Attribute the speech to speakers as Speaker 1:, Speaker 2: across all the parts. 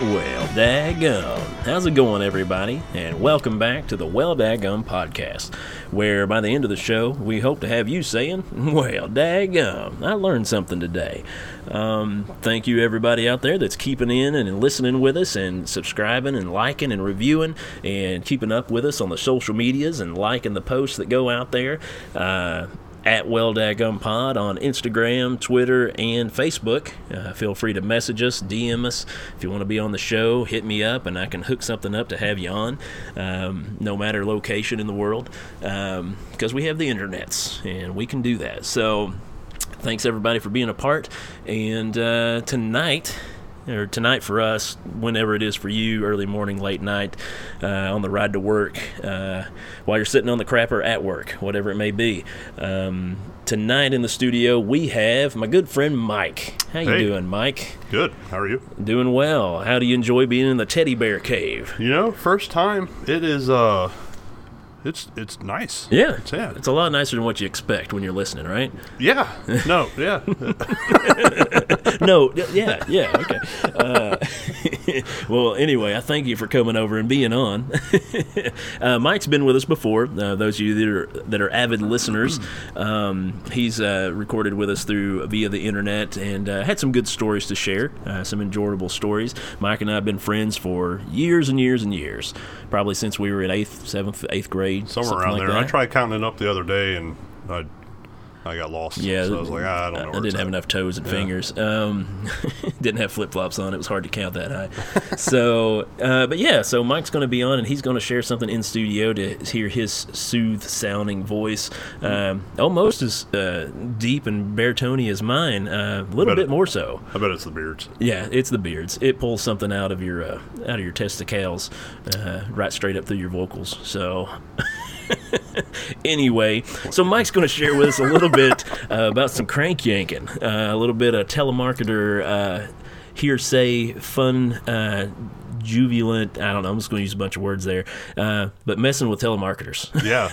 Speaker 1: Well, daggum. How's it going, everybody? And welcome back to the Well Daggum podcast, where by the end of the show, we hope to have you saying, Well, daggum, I learned something today. Um, thank you, everybody out there that's keeping in and listening with us, and subscribing and liking and reviewing, and keeping up with us on the social medias and liking the posts that go out there. Uh, at Well Daggum Pod on Instagram, Twitter, and Facebook. Uh, feel free to message us, DM us. If you want to be on the show, hit me up and I can hook something up to have you on, um, no matter location in the world, because we have the internets and we can do that. So thanks everybody for being a part. And uh, tonight, or tonight for us, whenever it is for you, early morning, late night, uh, on the ride to work, uh, while you're sitting on the crapper at work, whatever it may be. Um, tonight in the studio, we have my good friend Mike. How you
Speaker 2: Hey.
Speaker 1: doing, Mike?
Speaker 2: Good. How are you?
Speaker 1: Doing well. How do you enjoy being in the teddy bear cave?
Speaker 2: You know, first time. It is uh it's it's nice.
Speaker 1: Yeah,
Speaker 2: It's yeah.
Speaker 1: it's a lot nicer than what you expect when you're listening, right?
Speaker 2: yeah. No, yeah.
Speaker 1: no, y- yeah, yeah, okay. Uh, well, anyway, I thank you for coming over and being on. uh, Mike's been with us before. Uh, those of you that are that are avid listeners, um, he's uh, recorded with us through via the internet and uh, had some good stories to share, uh, some enjoyable stories. Mike and I have been friends for years and years and years, probably since we were in eighth, seventh, eighth grade,
Speaker 2: Somewhere
Speaker 1: something
Speaker 2: around
Speaker 1: like
Speaker 2: there. I
Speaker 1: that.
Speaker 2: tried counting it up the other day and I I got lost.
Speaker 1: Yeah,
Speaker 2: So I was like, "Ah, I don't know.
Speaker 1: I
Speaker 2: where
Speaker 1: didn't
Speaker 2: it's
Speaker 1: have
Speaker 2: at."
Speaker 1: enough toes and fingers. Um, didn't have flip flops on. It was hard to count that high. so, uh, but yeah, so Mike's going to be on and he's going to share something in studio to hear his soothe sounding voice, um, almost as uh, deep and baritone as mine, uh, a little
Speaker 2: Better.
Speaker 1: bit more so.
Speaker 2: I bet it's the beards.
Speaker 1: Yeah, it's the beards. It pulls something out of your uh, out of your testicles, uh, right straight up through your vocals. So. Anyway, so Mike's going to share with us a little bit uh, about some crank yanking, uh, a little bit of telemarketer uh, hearsay, fun, uh, jubilant. I don't know. I'm just going to use a bunch of words there, uh, but messing with telemarketers.
Speaker 2: Yeah.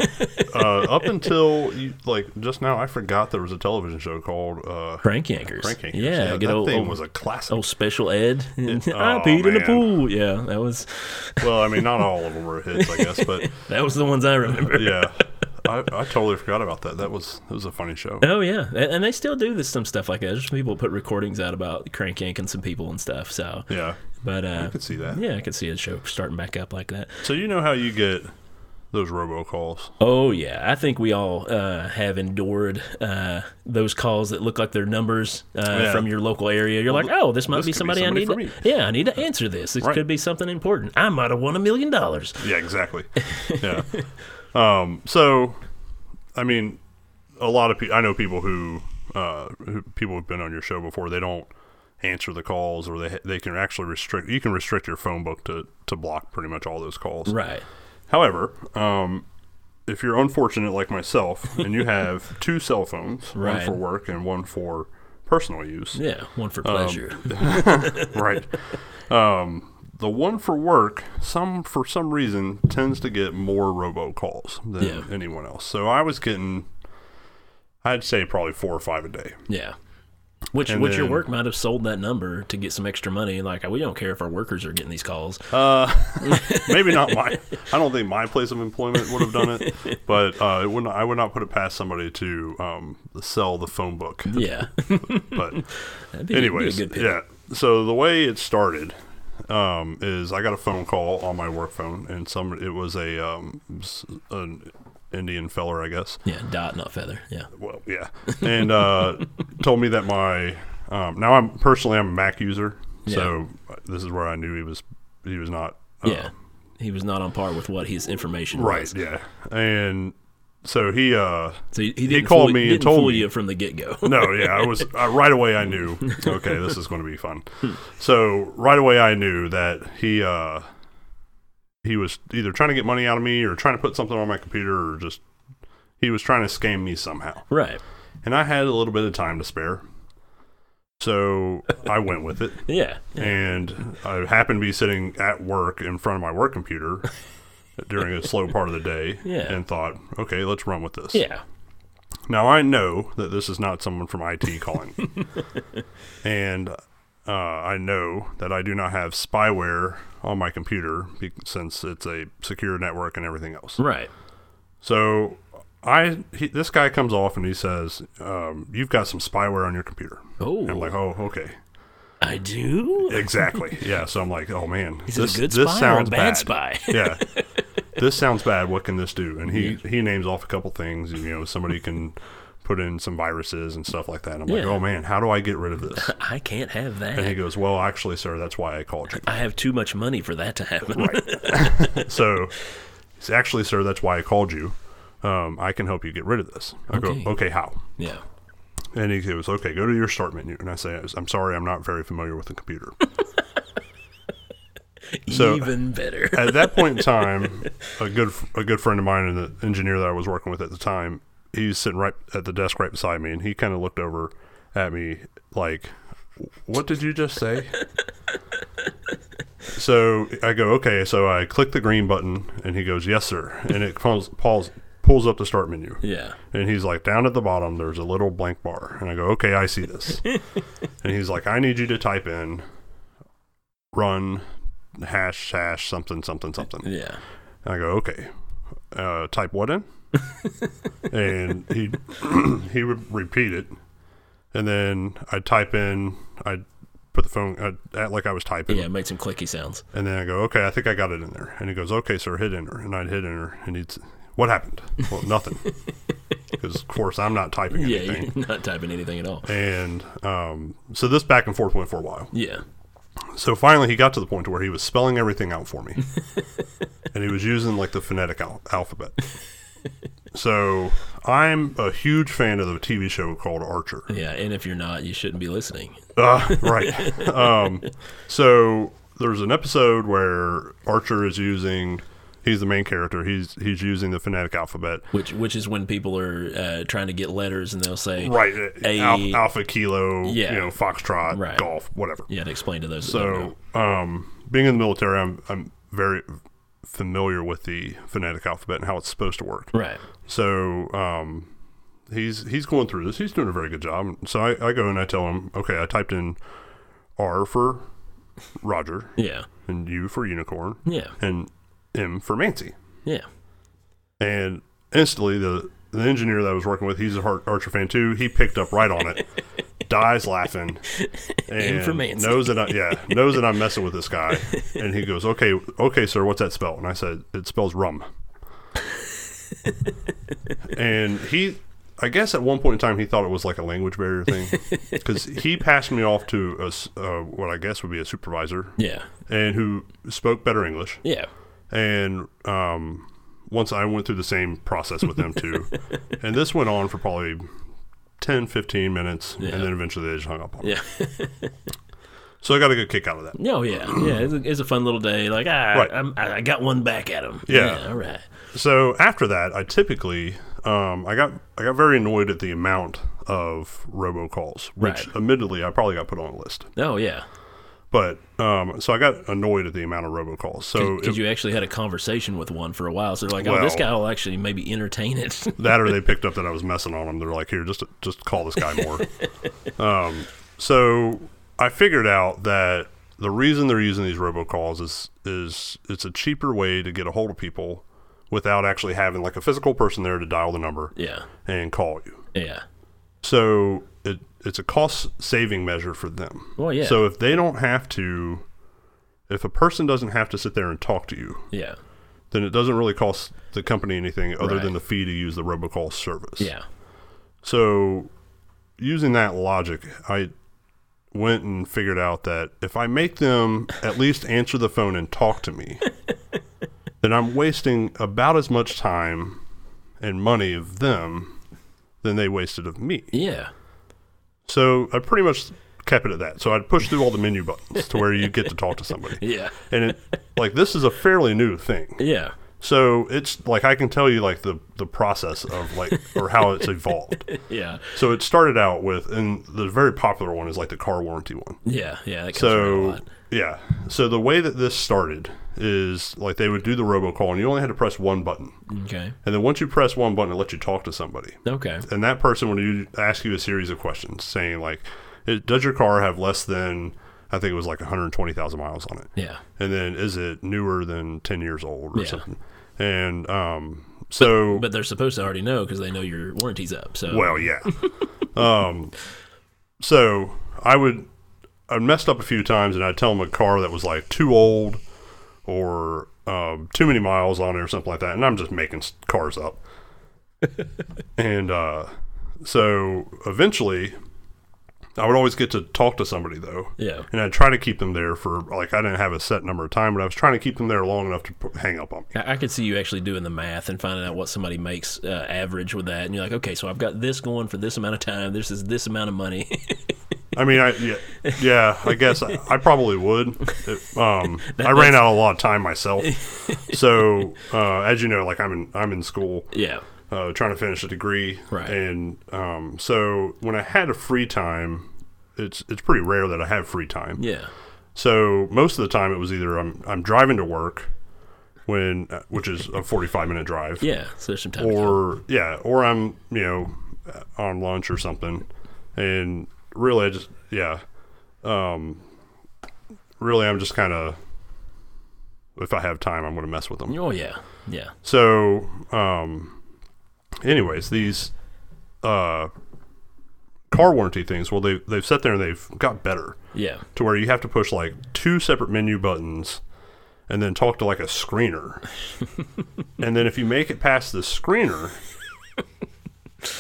Speaker 2: uh, up until you, like just now I forgot there was a television show called uh
Speaker 1: crank yankers.
Speaker 2: Crank Yankers.
Speaker 1: Yeah,
Speaker 2: that
Speaker 1: good old,
Speaker 2: thing
Speaker 1: old,
Speaker 2: was a classic.
Speaker 1: old special ed. I
Speaker 2: oh,
Speaker 1: peed in the
Speaker 2: man.
Speaker 1: pool. Yeah, that was
Speaker 2: Well, I mean, not all of them were hits, I guess, but
Speaker 1: that was the ones I remember.
Speaker 2: yeah, I, I totally forgot about that. That was it was a funny show.
Speaker 1: Oh yeah, and, and they still do this some stuff like that. There's people put recordings out about crank yanking some people and stuff. So,
Speaker 2: Yeah,
Speaker 1: but uh, I
Speaker 2: could see that.
Speaker 1: Yeah, I could see a show starting back up like that.
Speaker 2: So you know how you get those robocalls?
Speaker 1: Oh yeah, I think we all uh, have endured uh, those calls that look like they're numbers uh,
Speaker 2: Yeah.
Speaker 1: from your local area. You're like,
Speaker 2: th-
Speaker 1: oh, this might
Speaker 2: this
Speaker 1: be
Speaker 2: could be
Speaker 1: somebody,
Speaker 2: somebody
Speaker 1: I
Speaker 2: for
Speaker 1: need.
Speaker 2: me.
Speaker 1: To, yeah, I need to answer this. This
Speaker 2: Right.
Speaker 1: could be something important. I might have won a million dollars.
Speaker 2: Yeah, exactly. Yeah. um, so, I mean, a lot of people. I know people who, uh, who people who've been on your show before. They don't answer the calls, or they they can actually restrict. You can restrict your phone book to to block pretty much all those calls.
Speaker 1: Right.
Speaker 2: However, um, if you're unfortunate like myself and you have two cell phones,
Speaker 1: Right.
Speaker 2: one for work and one for personal use,
Speaker 1: Yeah, one
Speaker 2: Um,
Speaker 1: for pleasure.
Speaker 2: right? Um, the one for work, some for some reason, tends to get more robocalls than
Speaker 1: Yeah.
Speaker 2: anyone else. So I was getting, I'd say probably four or five a day.
Speaker 1: Yeah. Which,
Speaker 2: And
Speaker 1: which your
Speaker 2: then-
Speaker 1: work might have sold that number to get some extra money. Like we don't care if our workers are getting these calls.
Speaker 2: Maybe not my. I don't think my place of employment would have done it, but uh, it wouldn't. I would not put it past somebody to um, sell the phone book.
Speaker 1: yeah.
Speaker 2: But
Speaker 1: That'd be, that'd be
Speaker 2: anyways,
Speaker 1: a good pick.
Speaker 2: yeah. So the way it started um, is I got a phone call on my work phone, and some it was a um, s- an Indian feller, I guess.
Speaker 1: Yeah, dot, not feather. Yeah.
Speaker 2: Well, yeah, and uh, told me that my um, now I'm personally I'm a Mac user, so this is where I knew he was he was not uh,
Speaker 1: yeah. He was not on par with what his information
Speaker 2: right
Speaker 1: was.
Speaker 2: yeah, and so he uh
Speaker 1: So he, he didn't
Speaker 2: called
Speaker 1: fool,
Speaker 2: me and
Speaker 1: didn't
Speaker 2: told
Speaker 1: fool
Speaker 2: me.
Speaker 1: you from the get go.
Speaker 2: no, yeah, I was uh, right away. I knew. Okay, this is going to be fun. So right away, I knew that he uh, he was either trying to get money out of me or trying to put something on my computer or just he was trying to scam me somehow.
Speaker 1: right.
Speaker 2: And I had a little bit of time to spare, so I went with it.
Speaker 1: Yeah.
Speaker 2: And I happened to be sitting at work in front of my work computer during a slow part of the day,
Speaker 1: Yeah.
Speaker 2: and thought, okay, let's run with this.
Speaker 1: Yeah.
Speaker 2: Now I know that this is not someone from IT calling, me. and uh, I know that I do not have spyware on my computer be- since it's a secure network and everything else.
Speaker 1: Right.
Speaker 2: So I he, this guy comes off and he says, um, "You've got some spyware on your computer."
Speaker 1: Oh.
Speaker 2: I'm like, "Oh, okay,
Speaker 1: I do.
Speaker 2: exactly." yeah. So I'm like, "Oh man,
Speaker 1: Is it a good spy or a bad, spy?
Speaker 2: yeah. This sounds bad. What can this do? And he, he names off a couple things. You know, somebody can put in some viruses and stuff like that. And I'm like,
Speaker 1: Yeah.
Speaker 2: oh man, how do I get rid of this?
Speaker 1: I can't have that.
Speaker 2: And he goes, well, actually, sir, that's why I called you.
Speaker 1: I have too much money for that to happen.
Speaker 2: So, it's actually, sir, that's why I called you. Um, I can help you get rid of this. I
Speaker 1: Okay.
Speaker 2: go, okay, how?
Speaker 1: Yeah.
Speaker 2: And he goes, okay, go to your start menu. And I say, I'm sorry, I'm not very familiar with the computer. So-
Speaker 1: Even better.
Speaker 2: at that point in time, a good a good friend of mine and the engineer that I was working with at the time, he was sitting right at the desk right beside me, and he kind of looked over at me like, "What did you just say?" so I go, "Okay." So I click the green button, and he goes, "Yes, sir," and it pulls pulls pulls up the start menu.
Speaker 1: yeah.
Speaker 2: And he's like, down at the bottom, there's a little blank bar. And I go, okay, I see this. and he's like, I need you to type in run hash hash something something something. And
Speaker 1: Yeah.
Speaker 2: I go, okay, uh, type what in? and he he would repeat it. And then I type in, I put the phone, I act like I was typing.
Speaker 1: Yeah. It made some clicky sounds.
Speaker 2: And then I go, okay, I think I got it in there. And he goes, okay, sir, hit enter. And I'd hit enter. And he'd, s- what happened? Well, nothing. Because, of course, I'm not typing
Speaker 1: Yeah.
Speaker 2: anything.
Speaker 1: You're not typing anything at all.
Speaker 2: And um, so this back and forth went for a while.
Speaker 1: Yeah.
Speaker 2: So finally, he got to the point to where he was spelling everything out for me, and he was using like the phonetic al- alphabet. So I'm a huge fan of the TV show called Archer.
Speaker 1: Yeah. And if you're not, you shouldn't be listening.
Speaker 2: Uh, right. Um, so there's an episode where Archer is using. He's the main character. He's he's using the phonetic alphabet.
Speaker 1: Which which is when people are uh, trying to get letters and they'll say
Speaker 2: Right.
Speaker 1: A-
Speaker 2: alpha, alpha kilo.
Speaker 1: Yeah.
Speaker 2: You know, foxtrot,
Speaker 1: Right.
Speaker 2: golf, whatever.
Speaker 1: Yeah. To explain to those. that don't know.
Speaker 2: So, um, being in the military, I'm I'm very familiar with the phonetic alphabet and how it's supposed to work.
Speaker 1: Right.
Speaker 2: So, um, he's he's going through this. He's doing a very good job. So I, I go and I tell him, okay, I typed in R for Roger
Speaker 1: Yeah.
Speaker 2: and U for unicorn
Speaker 1: Yeah.
Speaker 2: and M for Mancy.
Speaker 1: Yeah.
Speaker 2: And instantly, the the engineer that I was working with, he's a Har- Archer fan too. He picked up right on it, dies laughing, and
Speaker 1: for Manson.
Speaker 2: knows that I yeah knows that I'm messing with this guy. And he goes, "Okay, okay, sir, what's that spell?" And I said, "It spells rum." and he, I guess, at one point in time, he thought it was like a language barrier thing because he passed me off to a s uh, what I guess would be a supervisor,
Speaker 1: Yeah.
Speaker 2: and who spoke better English
Speaker 1: Yeah.
Speaker 2: and um, once I went through the same process with them too. and this went on for probably 10, 15 minutes, and then eventually they just hung up on me.
Speaker 1: Yeah.
Speaker 2: So I got a good kick out of that.
Speaker 1: No, yeah, yeah. It's a, it's a fun little day. Like, ah,
Speaker 2: Right.
Speaker 1: I'm, I I got one back at him.
Speaker 2: Yeah.
Speaker 1: all right.
Speaker 2: So after that, I typically um, I got I got very annoyed at the amount of robocalls, which
Speaker 1: Right.
Speaker 2: admittedly I probably got put on a list.
Speaker 1: Oh, yeah.
Speaker 2: But um, so I got annoyed at the amount of robocalls. So
Speaker 1: Because you actually had a conversation with one for a while, so they're like, oh, this
Speaker 2: Well-
Speaker 1: guy will actually maybe entertain it.
Speaker 2: that or they picked up that I was messing on them. They're like, here, just just call this guy more. um, so I figured out that the reason they're using these robocalls is is it's a cheaper way to get a hold of people without actually having like a physical person there to dial the number
Speaker 1: yeah,
Speaker 2: and call you.
Speaker 1: yeah,
Speaker 2: So it it's a cost saving measure for them.
Speaker 1: Well, yeah.
Speaker 2: So if they don't have to, if a person doesn't have to sit there and talk to you,
Speaker 1: yeah,
Speaker 2: then it doesn't really cost the company anything other
Speaker 1: Right.
Speaker 2: than the fee to use the robocall service.
Speaker 1: yeah,
Speaker 2: So, using that logic, I went and figured out that if I make them at least answer the phone and talk to me, then I'm wasting about as much time and money of them than they wasted of me.
Speaker 1: yeah.
Speaker 2: So, I pretty much kept it at that. So, I'd push through all the menu buttons to where you get to talk to somebody.
Speaker 1: Yeah,
Speaker 2: And it, like, this is a fairly new thing.
Speaker 1: yeah,
Speaker 2: So, it's like I can tell you, like, the, the process of, like, or how it's evolved.
Speaker 1: yeah,
Speaker 2: So it started out with, and the very popular one is like the car warranty one.
Speaker 1: yeah, yeah. That comes around a
Speaker 2: So
Speaker 1: lot.
Speaker 2: yeah, so the way that this started is like they would do the robocall, and you only had to press one button,
Speaker 1: okay,
Speaker 2: and then once you press one button, it let you talk to somebody,
Speaker 1: okay,
Speaker 2: and that person would u- ask you a series of questions, saying like, "It- "Does your car have less than?" I think it was like 120,000 miles on it.
Speaker 1: Yeah.
Speaker 2: And then is it newer than 10 years old or
Speaker 1: Yeah.
Speaker 2: something? And um, so,
Speaker 1: But they're supposed to already know because they know your warranty's up. So
Speaker 2: well, yeah. um, so I would, I messed up a few times and I'd tell them a car that was like too old or um, too many miles on it or something like that. And I'm just making s- cars up. and uh, so eventually, I would always get to talk to somebody though.
Speaker 1: yeah,
Speaker 2: and I'd try to keep them there for like I didn't have a set number of time, but I was trying to keep them there long enough to p- hang up on me.
Speaker 1: I, I could see you actually doing the math and finding out what somebody makes uh, average with that, and you're like, okay, so I've got this going for this amount of time. This is this amount of money.
Speaker 2: I mean, I yeah, yeah I guess I, I probably would. It- um, I ran out of a lot of time myself, so uh, as you know, like I'm in I'm in school.
Speaker 1: yeah,
Speaker 2: uh, trying to finish a degree.
Speaker 1: Right.
Speaker 2: And um, so when I had a free time, it's it's pretty rare that I have free time.
Speaker 1: yeah,
Speaker 2: So most of the time it was either I'm I'm driving to work, when uh, which is a 45 minute drive.
Speaker 1: yeah. So there's some time. to kill.
Speaker 2: or yeah, or I'm you know on lunch or something, and really I just yeah, um, really I'm just kind of if I have time I'm gonna mess with them.
Speaker 1: oh yeah, yeah,
Speaker 2: So, um, anyways, these uh, car warranty things. Well, they they've sat there and they've got better
Speaker 1: yeah.
Speaker 2: to where you have to push like two separate menu buttons and then talk to like a screener. and then if you make it past the screener,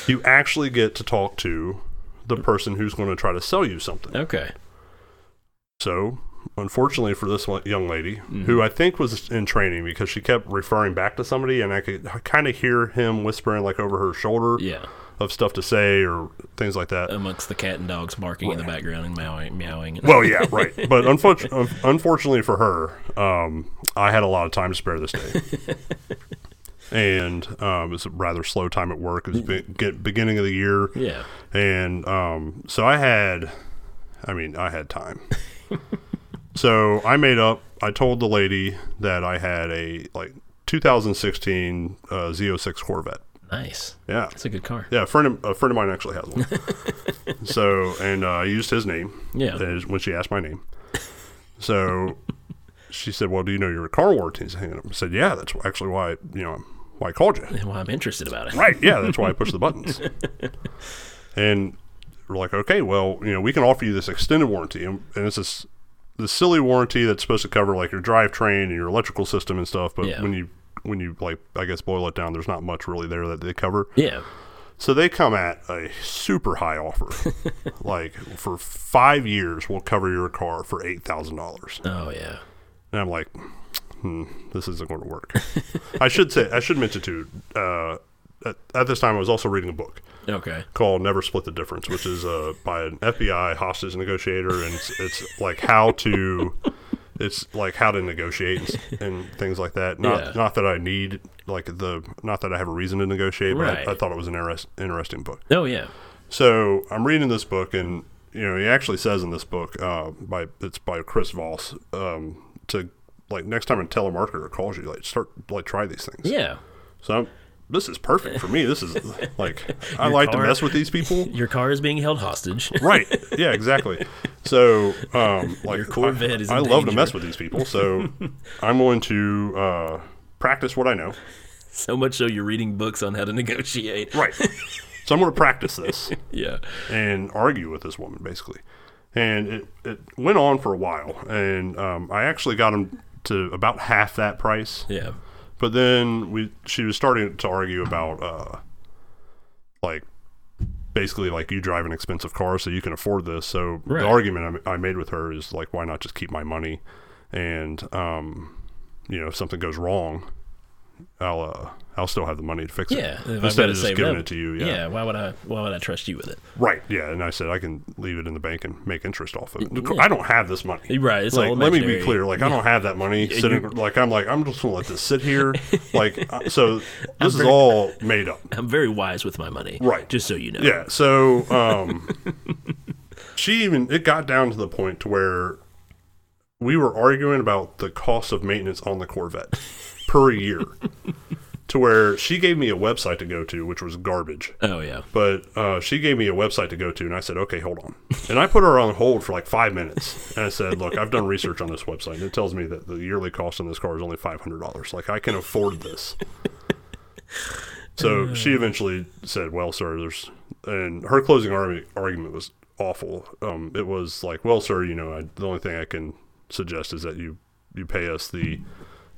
Speaker 2: you actually get to talk to the person who's going to try to sell you something.
Speaker 1: Okay.
Speaker 2: So, unfortunately for this one young lady, who I think was in training because she kept referring back to somebody, and I could kind of hear him whispering like over her shoulder
Speaker 1: Yeah.
Speaker 2: of stuff to say or things like that.
Speaker 1: Amongst the cat and dogs barking in the background and meowing, meowing.
Speaker 2: well, yeah, right. But unfortunately, unfortunately for her, um, I had a lot of time to spare this day. And um, it's a rather slow time at work. It was be- get beginning of the year.
Speaker 1: yeah.
Speaker 2: And um, so I had, I mean, I had time. so I made up. I told the lady that I had a like 2016 uh, Z06 Corvette.
Speaker 1: Nice.
Speaker 2: Yeah,
Speaker 1: That's a good car.
Speaker 2: yeah. A friend, of, a friend of mine actually has one. so and uh, I used his name.
Speaker 1: Yeah.
Speaker 2: is when she asked my name. So she said, "Well, do you know your car warranty?" is hanging up?" I said, "Yeah, that's actually why you know why I called you."
Speaker 1: Well, I'm interested about it.
Speaker 2: Right. Yeah, that's why I push the buttons. and we're like, okay, well, you know, we can offer you this extended warranty, and, and it's this the silly warranty that's supposed to cover like your drivetrain and your electrical system and stuff. But
Speaker 1: Yeah.
Speaker 2: when you when you like, I guess boil it down, there's not much really there that they cover.
Speaker 1: Yeah.
Speaker 2: So they come at a super high offer, like for five years, we'll cover your car for eight thousand dollars.
Speaker 1: Oh yeah.
Speaker 2: And I'm like, hmm, this isn't going to work. I should say, I should mention too, uh, at, at this time, I was also reading a book
Speaker 1: Okay.
Speaker 2: called Never Split the Difference, which is uh, by an FBI hostage negotiator. And it's, it's like how to, it's like how to negotiate and, s- and things like that. Not,
Speaker 1: Yeah.
Speaker 2: not that I need, like the, not that I have a reason to negotiate, but
Speaker 1: Right.
Speaker 2: I, I thought it was an interest, interesting book.
Speaker 1: Oh yeah.
Speaker 2: So I'm reading this book, and you know, he actually says in this book, uh, by it's by Chris Voss, um, to like next time a telemarketer calls you, like start like try these things.
Speaker 1: Yeah.
Speaker 2: So I'm, this is perfect for me. This is like I like
Speaker 1: car-
Speaker 2: to mess with these people.
Speaker 1: Your car is being held hostage.
Speaker 2: Right. Yeah, exactly. So, um, like,
Speaker 1: Your Corvette
Speaker 2: I,
Speaker 1: is
Speaker 2: I
Speaker 1: in
Speaker 2: love to
Speaker 1: danger.
Speaker 2: mess with these people. So, I'm going to uh, practice what I know.
Speaker 1: so much so you're reading books on how to negotiate.
Speaker 2: Right. So, I'm going to practice this.
Speaker 1: Yeah.
Speaker 2: and argue with this woman basically. And it, it went on for a while, and um, I actually got him to about half that price.
Speaker 1: Yeah.
Speaker 2: But then we she was starting to argue about uh, like basically like you drive an expensive car, so you can afford this. So
Speaker 1: Right.
Speaker 2: the argument I, I made with her is like, why not just keep my money? And um, you know, if something goes wrong, I'll uh, I'll still have the money to fix
Speaker 1: Yeah. If
Speaker 2: it
Speaker 1: I've
Speaker 2: instead
Speaker 1: gotta
Speaker 2: of just
Speaker 1: save
Speaker 2: giving
Speaker 1: up-
Speaker 2: it to you.
Speaker 1: Yeah. Why would I? Why would I trust you with it?
Speaker 2: Right. Yeah. And I said I can leave it in the bank and make interest off of it. I don't have this money.
Speaker 1: Right, it's
Speaker 2: like,
Speaker 1: all
Speaker 2: let me be
Speaker 1: imaginary.
Speaker 2: clear. Like I don't have that money. sitting, like I'm like I'm just gonna let this sit here. like uh, so, this is all made up.
Speaker 1: I'm very wise with my money.
Speaker 2: Right.
Speaker 1: Just so you know.
Speaker 2: Yeah. So um, she even it got down to the point to where we were arguing about the cost of maintenance on the Corvette per year. to where she gave me a website to go to, which was garbage.
Speaker 1: Oh yeah.
Speaker 2: But uh, she gave me a website to go to, and I said, okay, hold on. And I put her on hold for like five minutes. And I said, look, I've done research on this website, and it tells me that the yearly cost on this car is only $500. Like, I can afford this. So she eventually said, well, sir, there's. And her closing argu- argument was awful. Um, it was like, well, sir, you know, I, the only thing I can suggest is that you, you pay us the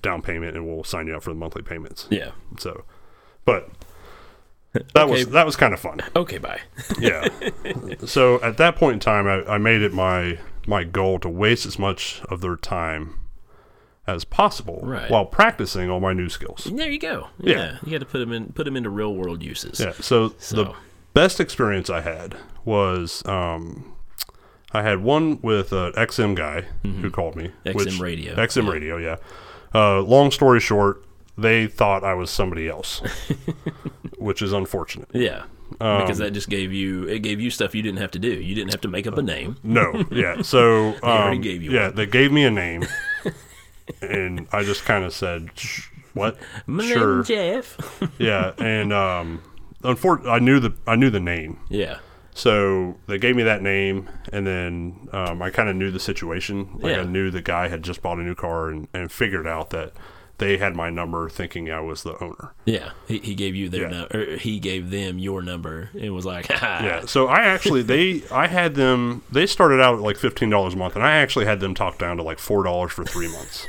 Speaker 2: down payment and we'll sign you up for the monthly payments.
Speaker 1: Yeah.
Speaker 2: So, but. That
Speaker 1: Okay.
Speaker 2: was that was kind of fun
Speaker 1: Okay, bye.
Speaker 2: yeah. so at that point in time, I, I made it my my goal to waste as much of their time as possible
Speaker 1: Right.
Speaker 2: while practicing all my new skills.
Speaker 1: There you go. Yeah.
Speaker 2: Yeah.
Speaker 1: You got to put them in put them into real world uses.
Speaker 2: Yeah. So, the
Speaker 1: So.
Speaker 2: best experience I had was um, I had one with an XM guy who called me.
Speaker 1: XM Mm-hmm. radio,
Speaker 2: XM radio. Yeah. Uh, long story short, they thought I was somebody else, which is unfortunate.
Speaker 1: Yeah.
Speaker 2: Um,
Speaker 1: because that just gave you it gave you stuff you didn't have to do. You didn't have to make
Speaker 2: uh,
Speaker 1: up a name.
Speaker 2: No, yeah. So
Speaker 1: already
Speaker 2: um,
Speaker 1: gave you
Speaker 2: yeah, they gave me a name, and I just kind of said, "Sh- "What?
Speaker 1: My name's
Speaker 2: sure,
Speaker 1: Jeff.
Speaker 2: yeah." And um, unfortunately, I knew the I knew the name,
Speaker 1: yeah.
Speaker 2: so they gave me that name, and then um, I kind of knew the situation. Like
Speaker 1: Yeah.
Speaker 2: I knew the guy had just bought a new car and, and figured out that they had my number, thinking I was the owner.
Speaker 1: Yeah. He, he gave you their
Speaker 2: Yeah.
Speaker 1: number or he gave them your number and was like, ha.
Speaker 2: Yeah. So I actually they I had them they started out at like fifteen dollars a month, and I actually had them talked down to like four dollars for three months.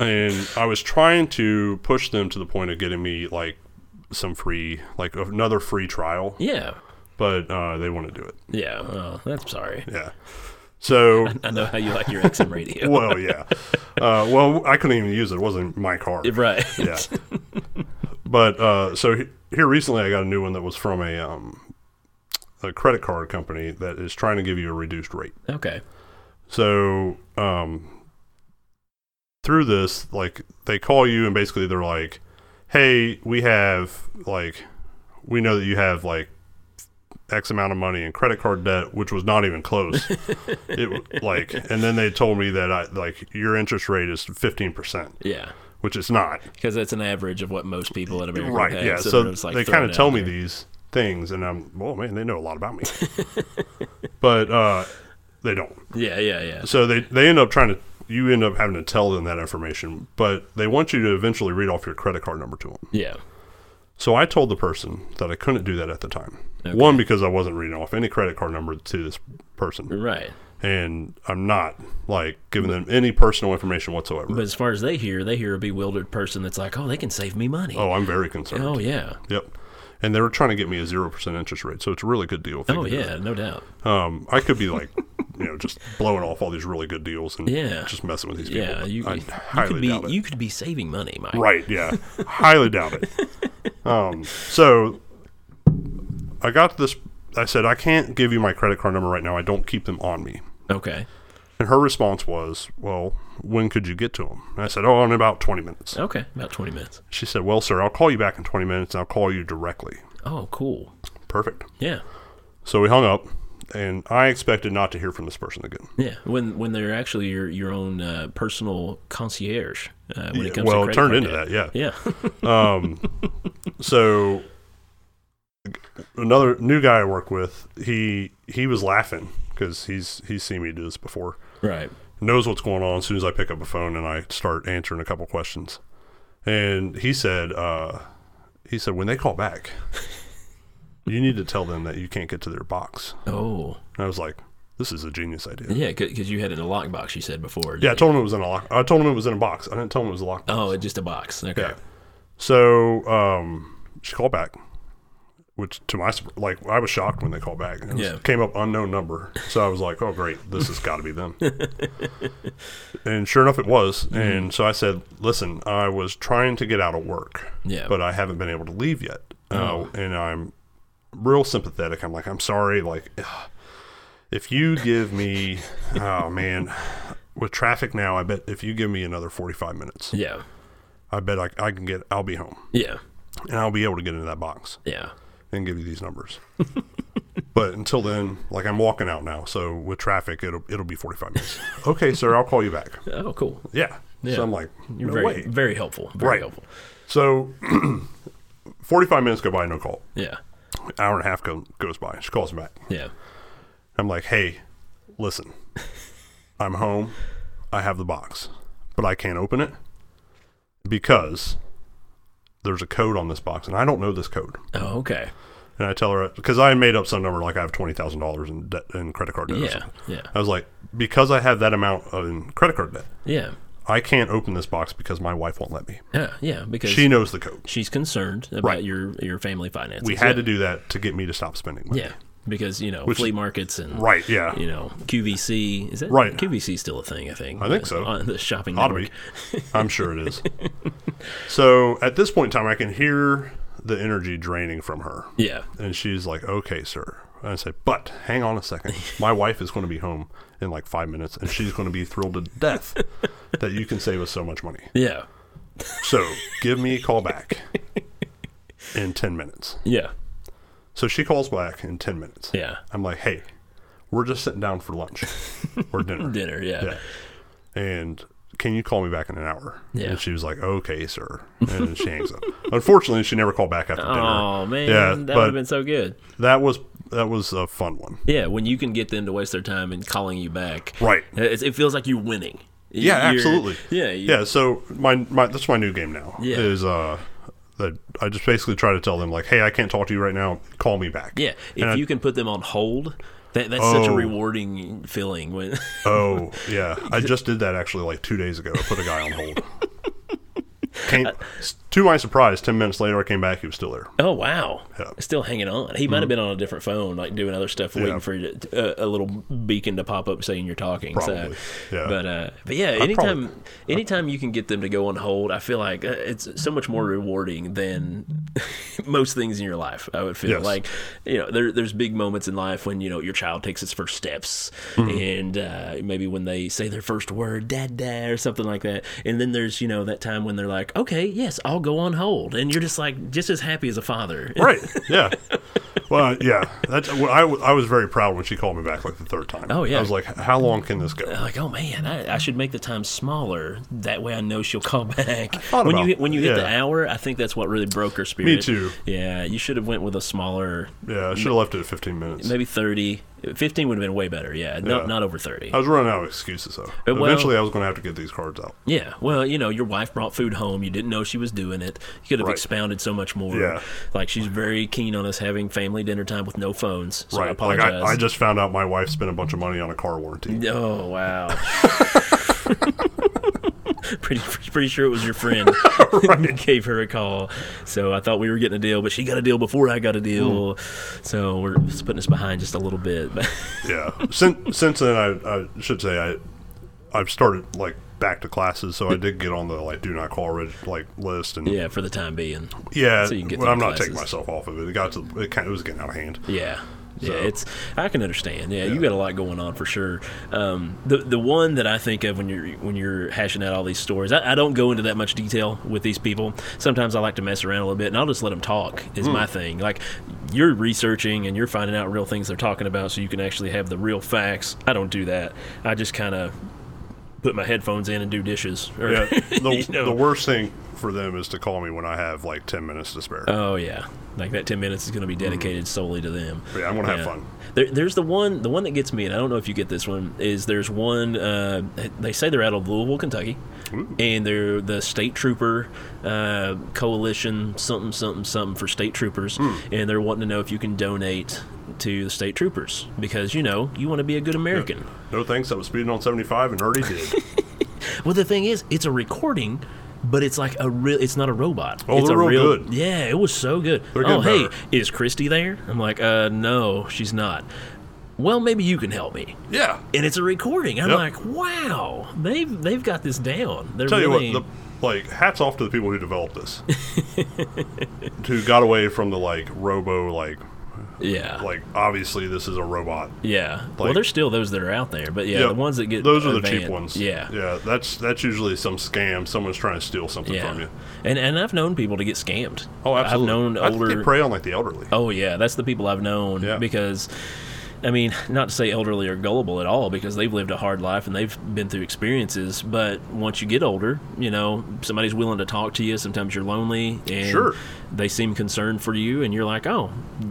Speaker 2: and I was trying to push them to the point of getting me like some free like another free trial,
Speaker 1: Yeah.
Speaker 2: but uh, they wouldn't do it.
Speaker 1: Yeah. Oh, that's sorry.
Speaker 2: Yeah. So
Speaker 1: I know how you like your XM radio.
Speaker 2: well, yeah. Uh, well, I couldn't even use it. It wasn't my car.
Speaker 1: right.
Speaker 2: yeah. But uh, so he- here recently, I got a new one that was from a um, a credit card company that is trying to give you a reduced rate.
Speaker 1: Okay.
Speaker 2: So um, through this, like they call you and basically they're like, "Hey, we have like we know that you have like." X amount of money in credit card debt, which was not even close. it w- like, and then they told me that I like your interest rate is fifteen percent,
Speaker 1: Yeah.
Speaker 2: which it's not.
Speaker 1: Because that's an average of what most people in America
Speaker 2: Right.
Speaker 1: pay.
Speaker 2: Yeah.
Speaker 1: So,
Speaker 2: So,
Speaker 1: they're just, like,
Speaker 2: they
Speaker 1: throwing
Speaker 2: kind of
Speaker 1: it
Speaker 2: tell
Speaker 1: out
Speaker 2: me
Speaker 1: there.
Speaker 2: these things, and I'm, well, man, they know a lot about me. but uh, they don't.
Speaker 1: Yeah. Yeah. Yeah.
Speaker 2: So they, they end up trying to, you end up having to tell them that information, but they want you to eventually read off your credit card number to them.
Speaker 1: Yeah.
Speaker 2: So I told the person that I couldn't do that at the time. One, because I wasn't reading off any credit card number to this person,
Speaker 1: Right.
Speaker 2: and I'm not like giving them any personal information whatsoever.
Speaker 1: But as far as they hear, they hear a bewildered person that's like, "Oh, they can save me money."
Speaker 2: oh, I'm very concerned.
Speaker 1: Oh, yeah.
Speaker 2: Yep. And they were trying to get me a 0% interest rate. So it's a really good deal. if they
Speaker 1: Oh
Speaker 2: could do that.
Speaker 1: yeah, no doubt.
Speaker 2: Um, I could be like, you know, just blowing off all these really good deals and
Speaker 1: Yeah.
Speaker 2: just messing with these people.
Speaker 1: Yeah,
Speaker 2: but
Speaker 1: you,
Speaker 2: I
Speaker 1: you
Speaker 2: highly
Speaker 1: could be
Speaker 2: doubt it.
Speaker 1: you could be saving money, Mike.
Speaker 2: right? Yeah, highly doubt it. Um, so I got to this. I said, I can't give you my credit card number right now. I don't keep them on me.
Speaker 1: Okay.
Speaker 2: And her response was, "Well, when could you get to them?" And I said, "Oh, in about twenty minutes."
Speaker 1: Okay. About twenty minutes.
Speaker 2: She said, "Well, sir, I'll call you back in twenty minutes, and I'll call you directly."
Speaker 1: Oh, cool.
Speaker 2: Perfect.
Speaker 1: Yeah.
Speaker 2: So we hung up, and I expected not to hear from this person again.
Speaker 1: Yeah. When when they're actually your your own uh, personal concierge uh, when it comes
Speaker 2: well,
Speaker 1: to
Speaker 2: it
Speaker 1: credit
Speaker 2: turned
Speaker 1: card
Speaker 2: into
Speaker 1: debt.
Speaker 2: that. Yeah.
Speaker 1: Yeah.
Speaker 2: so another new guy I work with, he he was laughing because he's he's seen me do this before,
Speaker 1: right.
Speaker 2: knows what's going on. As soon as I pick up a phone and I start answering a couple questions, and he said, uh, he said when they call back, you need to tell them that you can't get to their box.
Speaker 1: Oh.
Speaker 2: And I was like, this is a genius idea.
Speaker 1: Yeah, because you had it in a lockbox. You said before.
Speaker 2: Yeah, I told him it was in a lock. I told him it was in a box. I didn't tell him it was a lock.
Speaker 1: Oh, it's just a box. Okay.
Speaker 2: Yeah. So um, she called back, which to my surp- like I was shocked when they called back. It was-
Speaker 1: Yeah.
Speaker 2: Came up unknown number, so I was like, "Oh great, this has got to be them." and sure enough, it was.
Speaker 1: Mm-hmm.
Speaker 2: And so I said, "Listen, I was trying to get out of work,
Speaker 1: Yeah. Oh.
Speaker 2: but I haven't been able to leave yet, uh, and I'm real sympathetic. I'm like, I'm sorry, like." ugh, If you give me, oh man, with traffic now, I bet if you give me another 45 minutes,
Speaker 1: Yeah.
Speaker 2: I bet I, I can get, I'll be home
Speaker 1: Yeah.
Speaker 2: and I'll be able to get into that box
Speaker 1: Yeah.
Speaker 2: and give you these numbers. but until then, like I'm walking out now, so with traffic, it'll it'll be 45 minutes. okay, sir, I'll call you back.
Speaker 1: Oh, cool.
Speaker 2: Yeah, So I'm like,
Speaker 1: You're
Speaker 2: no
Speaker 1: very,
Speaker 2: way.
Speaker 1: very helpful. Very
Speaker 2: Right.
Speaker 1: helpful.
Speaker 2: So 45 minutes go by, no call.
Speaker 1: Yeah.
Speaker 2: hour and a half go, goes by. She calls me back.
Speaker 1: Yeah.
Speaker 2: I'm like, hey, listen, I'm home. I have the box, but I can't open it because there's a code on this box, and I don't know this code.
Speaker 1: Oh, okay.
Speaker 2: And I tell her because I made up some number like I have twenty thousand dollars in debt in credit card debt. or
Speaker 1: Yeah,
Speaker 2: something.
Speaker 1: yeah.
Speaker 2: I was like, because I have that amount of in credit card debt,
Speaker 1: Yeah.
Speaker 2: I can't open this box because my wife won't let me.
Speaker 1: Yeah. Yeah. Because
Speaker 2: She knows the code.
Speaker 1: she's concerned about
Speaker 2: Right.
Speaker 1: your your family finances.
Speaker 2: We had to do that to get me to stop spending money.
Speaker 1: Yeah. Because you know flea markets and
Speaker 2: Right. Yeah.
Speaker 1: You know QVC is that
Speaker 2: Right.
Speaker 1: QVC is still a thing? I think.
Speaker 2: I think so.
Speaker 1: On the shopping
Speaker 2: Ought to
Speaker 1: network.
Speaker 2: be. I'm sure it is. so at this point in time, I can hear the energy draining from her.
Speaker 1: Yeah.
Speaker 2: And she's like, okay, sir. And I say, but hang on a second. My wife is going to be home in like five minutes and she's going to be thrilled to death that you can save us so much money.
Speaker 1: Yeah.
Speaker 2: So give me a call back in 10 minutes.
Speaker 1: Yeah.
Speaker 2: So she calls back in 10 minutes.
Speaker 1: Yeah.
Speaker 2: I'm like, hey, we're just sitting down for lunch or dinner.
Speaker 1: Dinner. Yeah.
Speaker 2: Yeah. And can you call me back in an hour?
Speaker 1: Yeah.
Speaker 2: And she was like, okay, sir. And then she hangs up. Unfortunately, she never called back after dinner.
Speaker 1: Oh man,
Speaker 2: Yeah,
Speaker 1: that would
Speaker 2: but
Speaker 1: have been so good.
Speaker 2: that was that was a fun one.
Speaker 1: Yeah, when you can get them to waste their time in calling you back,
Speaker 2: Right.
Speaker 1: It, it feels like you're winning.
Speaker 2: Yeah,
Speaker 1: You're-
Speaker 2: absolutely.
Speaker 1: Yeah, you-
Speaker 2: yeah. So my my that's my new game now.
Speaker 1: Yeah.
Speaker 2: Is uh that I just basically try to tell them like, hey, I can't talk to you right now. Call me back.
Speaker 1: yeah. If
Speaker 2: And I-
Speaker 1: you can put them on hold, that, that's such a
Speaker 2: Oh.
Speaker 1: rewarding feeling. When
Speaker 2: Oh yeah. I just did that actually like two days ago. I put a guy on hold. Came, to my surprise, ten minutes later, I came back. He was still there.
Speaker 1: oh wow,
Speaker 2: Yeah. Mm-hmm.
Speaker 1: still hanging on. He might have been on a different phone, like doing other stuff, waiting for you to, uh, a little beacon to pop up saying you're talking.
Speaker 2: Probably.
Speaker 1: So,
Speaker 2: Yeah.
Speaker 1: But uh, but yeah, anytime anytime you can get them to go on hold, I feel like uh, it's so much more rewarding than most things in your life. I would feel
Speaker 2: Yes.
Speaker 1: like you know there, there's big moments in life when you know your child takes its first steps,
Speaker 2: Mm-hmm.
Speaker 1: and uh, maybe when they say their first word, dad, dad, or something like that. And then there's you know that time when they're like, okay, yes, I'll go on hold, and you're just like just as happy as a father.
Speaker 2: Right. Yeah. Well, yeah. That's. Well, I, w- I was very proud when she called me back like the third time.
Speaker 1: Oh, yeah.
Speaker 2: I was like, how long can this go?
Speaker 1: like, oh man, I, I should make the time smaller. That way, I know she'll call back.
Speaker 2: thought
Speaker 1: When you
Speaker 2: about-
Speaker 1: hit, when you hit the
Speaker 2: yeah.
Speaker 1: hour, I think that's what really broke her spirit.
Speaker 2: too.
Speaker 1: Yeah, you should have went with a smaller,
Speaker 2: Yeah. I should have left it at 15 minutes.
Speaker 1: maybe thirty. Fifteen would have been way better. Yeah, not
Speaker 2: Yeah.
Speaker 1: not over thirty.
Speaker 2: I was running out of excuses though.
Speaker 1: Uh, well-
Speaker 2: Eventually, I was going to have to get these cards out.
Speaker 1: Yeah, well, you know, your wife brought food home. You didn't know she was doing it. You could have
Speaker 2: Right.
Speaker 1: expounded so much more.
Speaker 2: Yeah.
Speaker 1: like she's very keen on us having family dinner time with no phones. So I
Speaker 2: right. like
Speaker 1: apologize.
Speaker 2: I, I just found out my wife spent a bunch of money on a car warranty.
Speaker 1: Oh wow. pretty pretty sure it was your friend that gave her a call. So I thought we were getting a deal, but she got a deal before I got a deal.
Speaker 2: Hmm.
Speaker 1: So we're just putting us behind just a little bit. But
Speaker 2: yeah. Since since then, I, I should say I I've started like back to classes, so I did get on the like do not call reg- like list and
Speaker 1: yeah, for the time being.
Speaker 2: yeah,
Speaker 1: So you can get
Speaker 2: well, I'm
Speaker 1: through
Speaker 2: not taking
Speaker 1: classes.
Speaker 2: myself off of it. It got to it, kind of, it was getting out of hand.
Speaker 1: Yeah. Yeah,
Speaker 2: So-
Speaker 1: it's I can understand. Yeah, you got a lot going on for sure. Um, the the one that I think of when you're when you're hashing out all these stories, I, I don't go into that much detail with these people. Sometimes I like to mess around a little bit, and I'll just let them talk. Is
Speaker 2: Hmm.
Speaker 1: my thing. Like you're researching and you're finding out real things they're talking about, so you can actually have the real facts. I don't do that. I just kind of put my headphones in and do dishes. Or,
Speaker 2: Yeah. The,
Speaker 1: you know.
Speaker 2: the worst thing for them is to call me when I have like 10 minutes to spare.
Speaker 1: Oh yeah, like that ten minutes is going to be dedicated solely to them.
Speaker 2: Mm-hmm. Yeah, I'm gonna have fun.
Speaker 1: There, there's the one, the one that gets me, and I don't know if you get this one. Is there's one? Uh, they say they're out of Louisville, Kentucky, and they're the state trooper uh, coalition, something, something, something for state troopers,
Speaker 2: Hmm.
Speaker 1: and they're wanting to know if you can donate to the state troopers because you know you want to be a good American.
Speaker 2: no thanks. I was speeding on 75 and already did.
Speaker 1: Well, the thing is, it's a recording, but it's like a real. It's not a robot.
Speaker 2: Oh,
Speaker 1: it's
Speaker 2: they're
Speaker 1: a
Speaker 2: real
Speaker 1: real
Speaker 2: good.
Speaker 1: Yeah, it was so good.
Speaker 2: They're
Speaker 1: oh,
Speaker 2: getting
Speaker 1: hey, is Christy there? I'm like, uh, no, she's not. Well, maybe you can help me.
Speaker 2: yeah.
Speaker 1: And it's a recording. I'm
Speaker 2: Yep.
Speaker 1: like, wow, they've they've got this down. They're
Speaker 2: Tell you
Speaker 1: really,
Speaker 2: what, the, like hats off to the people who developed this, who got away from the like robo like
Speaker 1: yeah,
Speaker 2: like obviously this is a robot.
Speaker 1: yeah. well,
Speaker 2: like-
Speaker 1: there's still those that are out there, but yeah,
Speaker 2: Yep.
Speaker 1: the ones that get
Speaker 2: those are the
Speaker 1: advanced-
Speaker 2: cheap ones.
Speaker 1: Yeah,
Speaker 2: yeah. That's that's usually some scam. Someone's trying to steal something
Speaker 1: yeah.
Speaker 2: from you.
Speaker 1: And and I've known people to get scammed.
Speaker 2: Oh, absolutely.
Speaker 1: I've known
Speaker 2: I think
Speaker 1: older
Speaker 2: they prey on like the elderly.
Speaker 1: Oh yeah, that's the people I've known
Speaker 2: Yeah.
Speaker 1: because I mean, not to say elderly are gullible at all because they've lived a hard life and they've been through experiences. But once you get older, you know, somebody's willing to talk to you. Sometimes you're lonely and
Speaker 2: Sure.
Speaker 1: they seem concerned for you, and you're like, oh,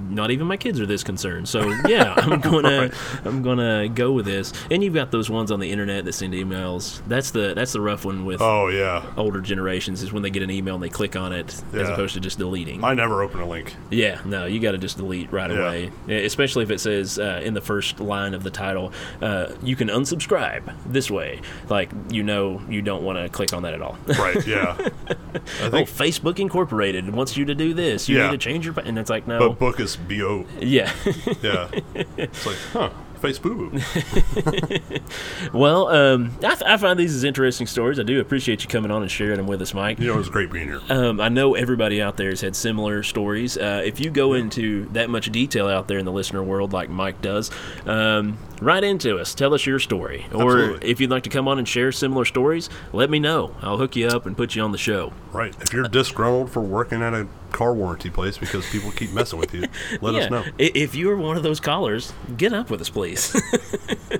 Speaker 1: not even my kids are this concerned. So yeah, I'm gonna I'm gonna go with this. And you've got those ones on the internet that send emails. That's the that's the rough one with
Speaker 2: Oh yeah,
Speaker 1: older generations is when they get an email and they click on it as
Speaker 2: Yeah.
Speaker 1: opposed to just deleting.
Speaker 2: I never open a link.
Speaker 1: Yeah, no, you got to just delete right
Speaker 2: Yeah.
Speaker 1: away. Yeah, Especially if it says uh, in the first line of the title, uh, you can unsubscribe this way. Like, you know, you don't want to click on that at all.
Speaker 2: Right? Yeah. I
Speaker 1: oh,
Speaker 2: think,
Speaker 1: Facebook Incorporated wants you to do this. You
Speaker 2: Yeah.
Speaker 1: need to change your. pa-" And it's like,
Speaker 2: but
Speaker 1: no.
Speaker 2: book is B O.
Speaker 1: yeah.
Speaker 2: Yeah. It's like, huh? Face boo boo.
Speaker 1: well, um, I, I find these as interesting stories. I do appreciate you coming on and sharing them with us, Mike.
Speaker 2: You know, it was great being here.
Speaker 1: Um, I know everybody out there has had similar stories. Uh, if you go into that much detail out there in the listener world, like Mike does, um, write into us. Tell us your story. Or
Speaker 2: Absolutely.
Speaker 1: if you'd like to come on and share similar stories, let me know. I'll hook you up and put you on the show.
Speaker 2: Right. If you're disgruntled for working at a car warranty place because people keep messing with you, let us know.
Speaker 1: I- If you are one of those callers, get up with us, please.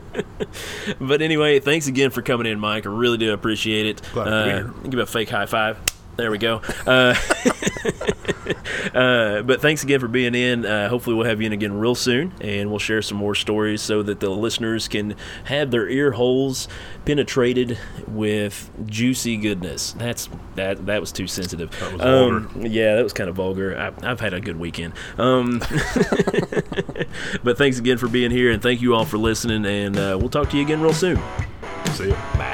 Speaker 1: but anyway, thanks again for coming in, Mike. I really do appreciate it.
Speaker 2: Glad to be
Speaker 1: uh,
Speaker 2: here.
Speaker 1: Give a fake high five. There we go. Uh, uh, but thanks again for being in. Uh, hopefully, we'll have you in again real soon, and we'll share some more stories so that the listeners can have their ear holes penetrated with juicy goodness. That's that. That was too sensitive.
Speaker 2: That was
Speaker 1: Um, yeah, that was kind of vulgar. I, I've had a good weekend. Um, but thanks again for being here, and thank you all for listening. And uh, we'll talk to you again real soon.
Speaker 2: See ya.
Speaker 1: Bye.